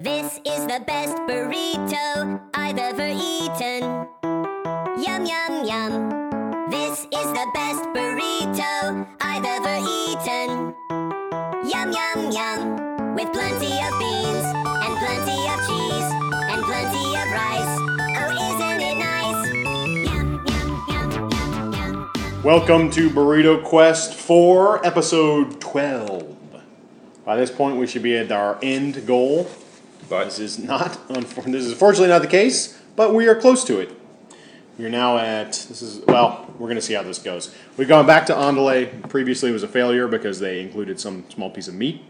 This is the best burrito I've ever eaten. Yum, yum, yum. This is the best burrito I've ever eaten. Yum, yum, yum. With plenty of beans, and plenty of cheese, and plenty of rice. Oh, isn't it nice? Yum, yum, yum, yum, yum. Welcome to Burrito Quest 4, episode 12. By this point, we should be at our end goal. This But is not, unfor- this is unfortunately not the case, but we are close to it. We're now at, this is, well, we're going to see how this goes. We've gone back to Andale. Previously, it was a failure because they included some small piece of meat.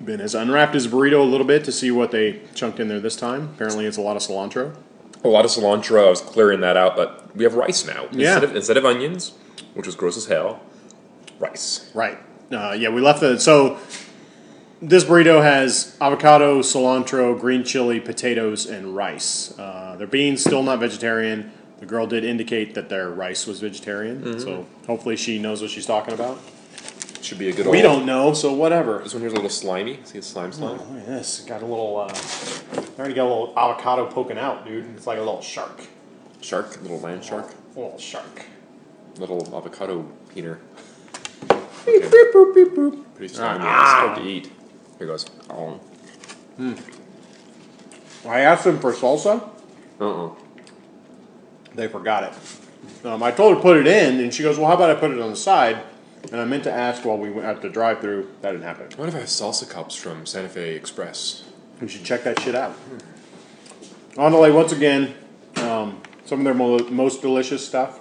Ben has unwrapped his burrito a little bit to see what they chunked in there this time. Apparently, it's a lot of cilantro. a lot of cilantro, I was clearing that out, but we have rice now. Yeah. Instead of, instead of onions, which was gross as hell, rice. Right. Uh, yeah, we left the so this burrito has avocado, cilantro, green chili, potatoes, and rice. Uh, their beans still not vegetarian. The girl did indicate that their rice was vegetarian, so hopefully she knows what she's talking about. Should be a good We old- don't know, so whatever. This one here's a little slimy. See it's slime slime? Oh, Look at this. Got a little. Uh, I already got a little avocado poking out, dude. It's like a little shark. Shark, little land shark, A little shark. little avocado peener. Okay. Pretty Ah. slimy. It's hard to eat. Here goes. Oh. I asked them for salsa. Uh-uh. They forgot it. Um, I told her to put it in, and she goes, "Well, how about I put it on the side?" And I meant to ask while we went at the drive-through. That didn't happen. What if I have salsa cups from Santa Fe Express? We should check that shit out. Andale, once again, um, some of their mo- most delicious stuff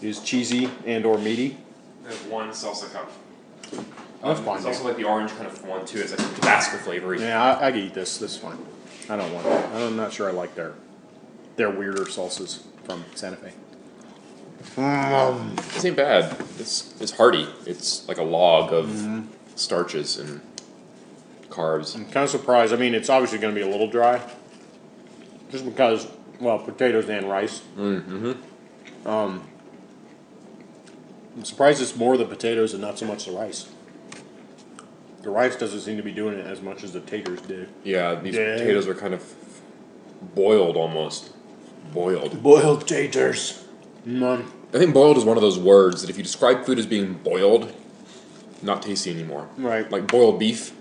is cheesy and or meaty. There's one salsa cup. Um, That's fine. dude. like the orange kind of one too. It's like Tabasco flavory. Yeah, I, I can eat this. This is fine. I don't want it. I'm not sure I like their their weirder salsas from Santa Fe. This ain't bad. It's it's hearty. It's like a log of Mm-hmm. starches and carbs. I'm kind of surprised. I mean, it's obviously going to be a little dry, just because well, potatoes and rice. Mm-hmm. Um, I'm surprised it's more the potatoes and not so much the rice. The rice doesn't seem to be doing it as much as the taters did. Yeah, these Yeah. potatoes are kind of boiled almost. Boiled. Boiled taters. Mmm. I think boiled is one of those words that if you describe food as being boiled, not tasty anymore. Right. Like boiled beef.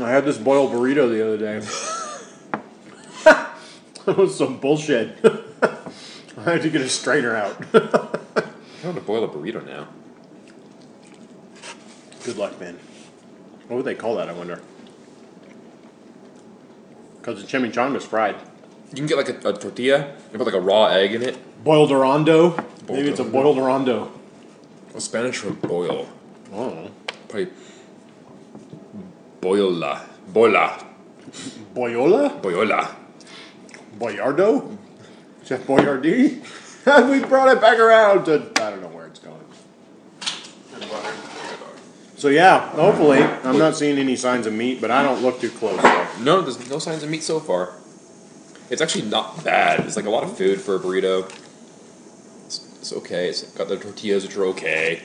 I had this boiled burrito the other day. that was some bullshit. I had to get a straightener out. I want to boil a burrito now. Good luck, man. What would they call that? I wonder. Because the chimichanga's fried. You can get like a, a tortilla and put like a raw egg in it. Boiled arondo. Maybe it's a boiled Boiled arondo. Well, Spanish for boil. Oh, Probably boila. Boila. boyola, Boila. boyardo, Chef Boyardee. And we brought it back around to I don't know where it's going. So yeah, hopefully I'm not seeing any signs of meat, but I don't look too close. So. No, there's no signs of meat so far. It's actually not bad. It's like a lot of food for a burrito. It's, it's okay. It's got the tortillas, which are okay.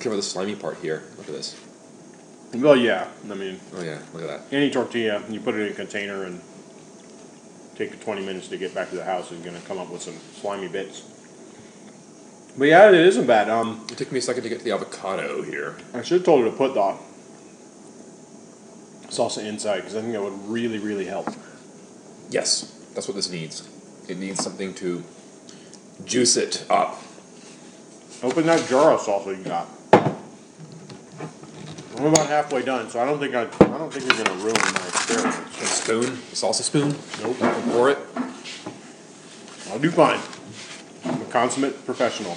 Cover the slimy part here. Look at this. Well, yeah, I mean Oh yeah, look at that. any tortilla, you put it in a container and take the 20 minutes to get back to the house, and you're going to come up with some slimy bits. But yeah, it isn't bad. Um, It took me a second to get to the avocado here. I should have told her to put the salsa inside because I think that would really, really help. Yes, that's what this needs. It needs something to juice it up. Open that jar of salsa you got. I'm about halfway done, so I don't think I, I don't think you're going to ruin my experience. A spoon, a salsa spoon. Nope, and Pour it. I'll do fine. I'm a consummate professional.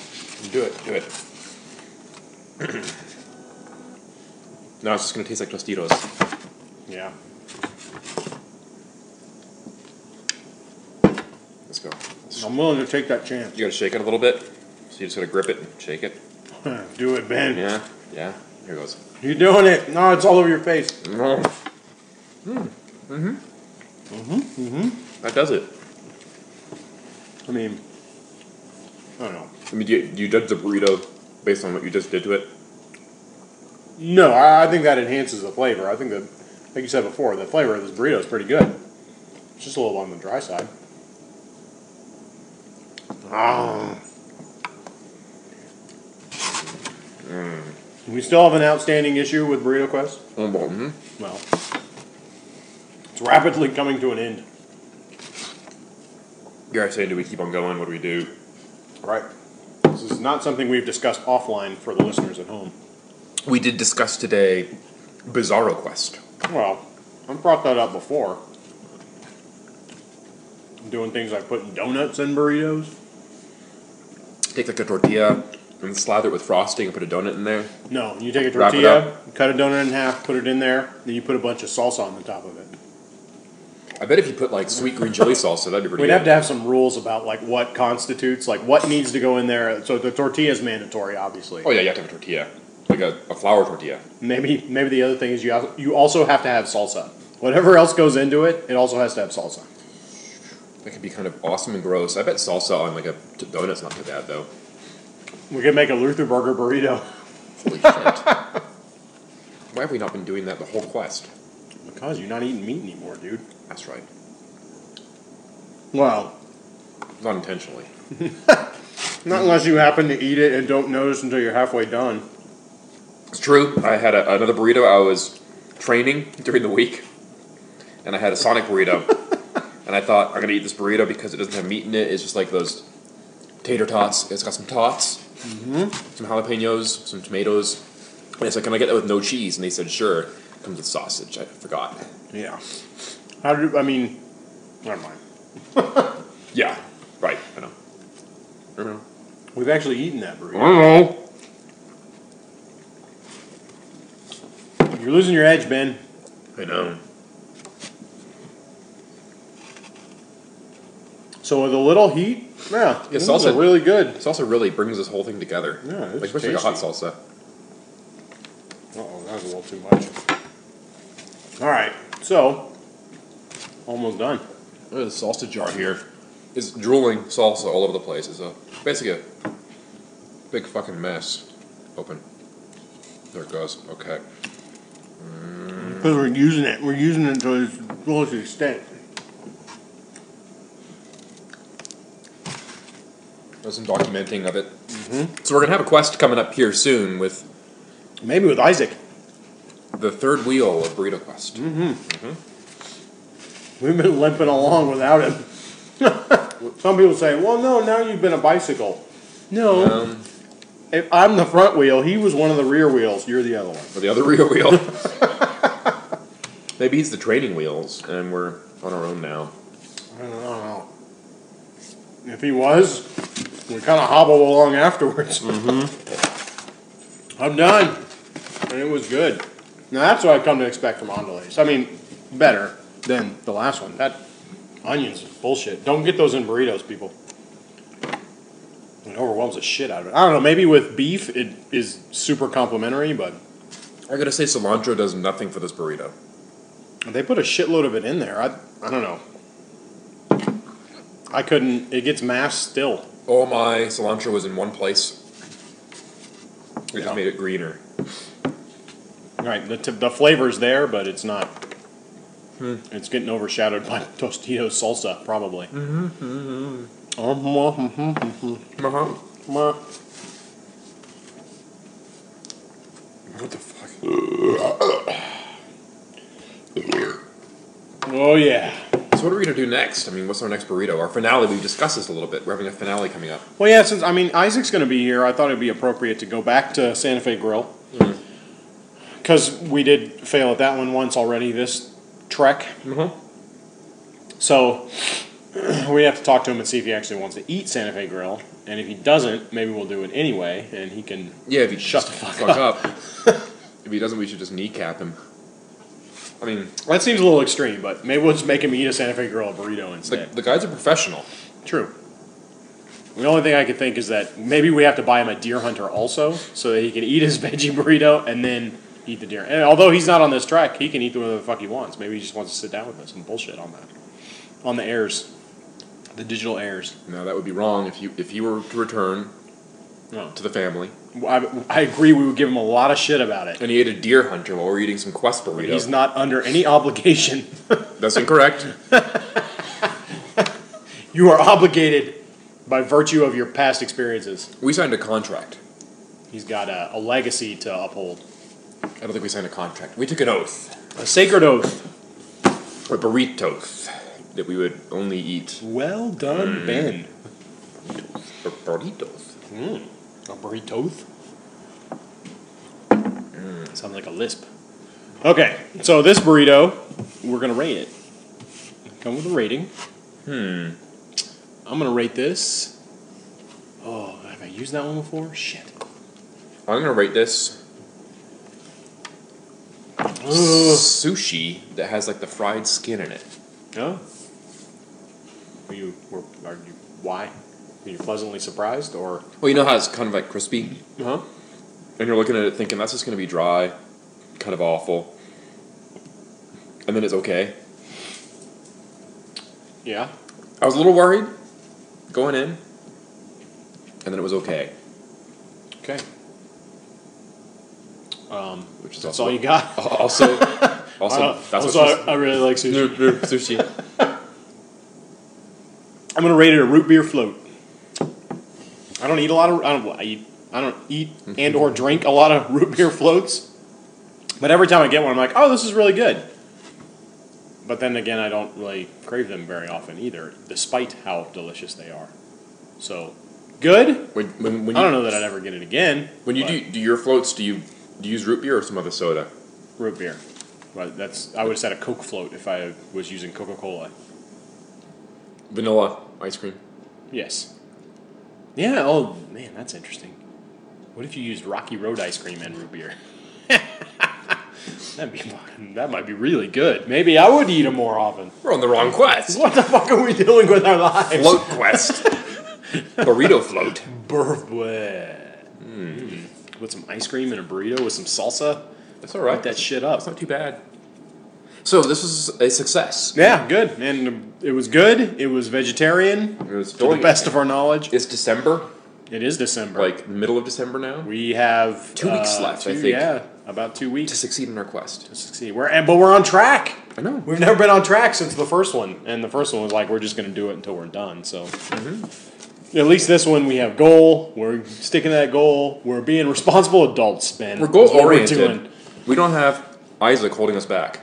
Do it. Do it. now it's just gonna taste like Tostitos. Yeah. Let's go. I'm willing to take that chance. You gotta shake it a little bit. So you just gotta grip it and shake it. do it, Ben. Yeah, yeah. Here goes. You're doing it. No, it's all over your face. Mm. Mm. Mm-hmm. Mm-hmm. Mm-hmm. That does it. I mean, I don't know. I mean, do you, do you judge the burrito based on what you just did to it? No, I, I think that enhances the flavor. I think the like you said before, the flavor of this burrito is pretty good. It's just a little on the dry side. Ah. We still have an outstanding issue with Burrito Quest. Mm-hmm. Well, it's rapidly coming to an end. You're saying, do we keep on going? What do we do? Right. This is not something we've discussed offline for the listeners at home. We did discuss today Bizarro Quest. Well, I brought that up before. Doing things like putting donuts in burritos. Take like a tortilla and slather it with frosting and put a donut in there. No, you take a Wrap it tortilla, cut a donut in half, put it in there, then you put a bunch of salsa on the top of it. I bet if you put like sweet green chili salsa, that'd be pretty We'd good. have to have some rules about like what constitutes, like what needs to go in there. So the tortilla is mandatory, obviously. oh yeah, you have to have a tortilla, like a, a flour tortilla. Maybe maybe the other thing is you al- you also have to have salsa. Whatever else goes into it, it also has to have salsa. That could be kind of awesome and gross. I bet salsa on like a t- donut's not too bad though. We could make a Luther Burger burrito Holy shit! Why have we not been doing that the whole quest? because you're not eating meat anymore, dude. That's right. Well, Not intentionally. not unless you happen to eat it and don't notice until you're halfway done. It's true. I had a, another burrito. I was training during the week, and I had a Sonic burrito. and I thought I'm gonna eat this burrito because it doesn't have meat in it. It's just like those tater tots. It's got some tots, some jalapenos, some tomatoes. And I said, "Can I get that with no cheese?" And they said, "Sure." comes with sausage. I forgot. Yeah. How do I mean? Never mind. Yeah. Right. I know. I know. We've actually eaten that burrito. know. You're losing your edge, Ben. I know. So with a little heat, yeah, Yeah, these salsa- are really good. This also really brings this whole thing together. Yeah, it's like, especially like a hot tasty. salsa. Oh, that was a little too much. All right, so almost done. Look at the salsa jar here. It's drooling salsa all over the place. It's a basically a big fucking mess. Open. There it goes. Okay. Because we're using it, we're using it to its fullest extent. There's some documenting of it. Mm-hmm. So we're gonna have a quest coming up here soon with Maybe with Isaac, the third wheel of Burrito Quest. Mm-hmm. we've been limping along without him. Some people say, "Well, no, now you've been a bicycle." No, Um, if I'm the front wheel. He was one of the rear wheels. You're the other one. or the other rear wheel. Maybe it's the training wheels, and we're on our own now. I don't know. If he was, we kind of hobble along afterwards. I'm done. And it was good. Now that's what I've come to expect from Andalays. I mean, better than the last one. That onions is bullshit. Don't get those in burritos, people. It overwhelms the shit out of it. I don't know. Maybe with beef, it is super complimentary, but I gotta say, cilantro does nothing for this burrito. They put a shitload of it in there. I, I don't know. I couldn't. It gets masked still. All my cilantro was in one place. It Yeah. just made it greener. Right. The, t- the flavor's there, but it's not. It's getting overshadowed by Tostitos salsa, probably. Mm-hmm. Uh-huh. What the fuck? Oh, yeah. So what are we gonna do next? I mean, what's our next burrito? Our finale. We discussed this a little bit. We're having a finale coming up. Well, yeah, since, I mean, Isaac's going to be here, I thought it'd be appropriate to go back to Santa Fe Grill. Because we did fail at that one once already this trek. Mm-hmm. So we have to talk to him and see if he actually wants to eat Santa Fe Grill. And if he doesn't, maybe we'll do it anyway, and he can. Yeah. If he Shut just the fuck up. if he doesn't, we should just kneecap him. I mean, That seems a little extreme, but maybe we'll just make him eat a Santa Fe Grill burrito the, instead. the guy's a professional. True. The only thing I could think is that maybe we have to buy him a deer hunter also, so that he can eat his veggie burrito and then eat the deer. And although he's not on this track, he can eat whatever the fuck he wants. Maybe he just wants to sit down with us and bullshit on that, on the airs, the digital airs. No, that would be wrong if you if he were to return No. to the family. I, I agree. We would give him a lot of shit about it. And he ate a deer hunter while we were eating some Quest burrito. He's not under any obligation. That's incorrect. you are obligated by virtue of your past experiences. we signed a contract. He's got a, a legacy to uphold, I don't think we signed a contract. We took an oath, a sacred oath. a burrito oath, that we would only eat Well done, Ben. bur- burritos. A burrito. Sounds Mm. like a lisp. Okay, so this burrito, we're gonna rate it. Come with a rating. Hmm. I'm gonna rate this. Oh, have I used that one before? Shit. I'm gonna rate this Ugh. sushi that has like the fried skin in it. No. Are you? Were, are you? Why? Are you pleasantly surprised, or? Well, you know how it's kind of like crispy, Huh? and you're looking at it thinking that's just gonna be dry, kind of awful, and then it's okay. Yeah. I was a little worried going in, and then it was okay, Okay. Um, which is that's also all you got. Also, also, Uh, that's also, what she I, I really like sushi. No, no, sushi. I'm gonna rate it a root beer float. I don't eat a lot of. I don't. I eat. I don't eat Mm-hmm. and or drink a lot of root beer floats. But every time I get one, I'm like, oh, this is really good. But then again, I don't really crave them very often either, despite how delicious they are. So, good. When, when, when you, I don't know that I'd ever get it again. When you but do, do your floats, do you do you use root beer or some other soda? root beer, but that's I would have said a Coke float if I was using Coca Cola. Vanilla ice cream. Yes. Yeah. Oh man, that's interesting. What if you used Rocky Road ice cream and root beer? That'd be fucking- that might be really good. Maybe I would eat them more often. We're on the wrong quest. What the fuck are we doing with our lives? Float quest. Burrito float. Burp. Mm. With some ice cream and a burrito with some salsa. That's all right. Cut that shit up. That's not too bad. So this was a success. Yeah, good. And um, it was good. It was vegetarian. It was To the filling- best of our knowledge, It's December, it is December. like middle of December now, we have uh, Two weeks left, I two- think. Yeah, about two weeks. to succeed in our quest. to succeed. We're and, but we're on track. I know. We've never been on track since the first one, and the first one was like we're just going to do it until we're done. So Mm-hmm. at least this one we have goal. We're sticking to that goal. We're being responsible adults, Ben. We're goal That's what oriented. doing. We don't have Isaac holding us back.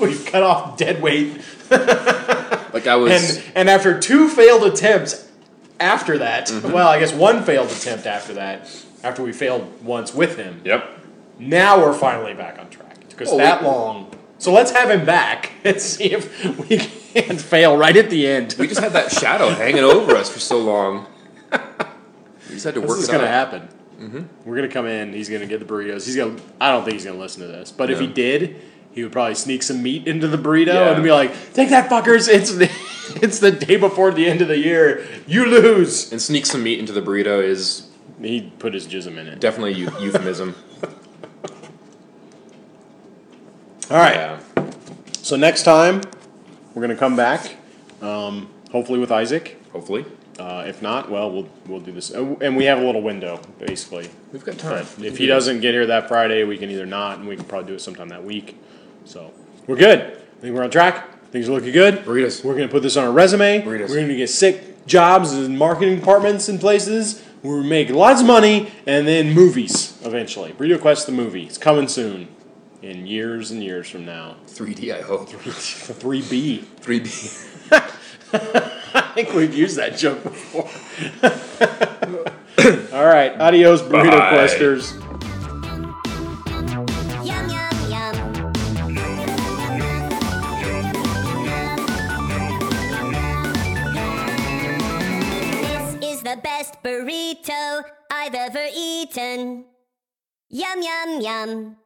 We've cut off dead weight, Like I was. and and after two failed attempts, after that, Mm-hmm. well, I guess one failed attempt after that, after we failed once with him. yep. Now we're finally back on track. It took us Oh, that we- long. So let's have him back and see if we can't fail right at the end. We just had that shadow hanging over us for so long. We just had to This work is it going to out. Mm-hmm. happen. We're going to come in. He's going to get the burritos. He's going. to I don't think he's going to listen to this. But if No. he did, he would probably sneak some meat into the burrito Yeah. and be like, "Take that, fuckers! It's the, it's the day before the end of the year. You lose." And sneak some meat into the burrito is He put his jism in it. definitely a eu- euphemism. All right. Yeah. So next time, we're going to come back. Um, hopefully with Isaac. Hopefully. Uh, if not, well, we'll we'll do this, Oh, and we have a little window basically. We've got time. If he doesn't get here that Friday, we can either not, and we can probably do it sometime that week. So we're good. I think we're on track. Things are looking good. Burritos. We're gonna put this on our resume. Burritos. We're gonna get sick jobs in marketing departments and places. We're gonna make lots of money, and then movies eventually. Burrito Quest the movie. It's coming soon, in years and years from now. 3D, I hope. For three B. 3D. I think we've used that joke before. All right, adios, burrito Bye. questers. Yum, yum, yum. This is the best burrito I've ever eaten. Yum, yum, yum.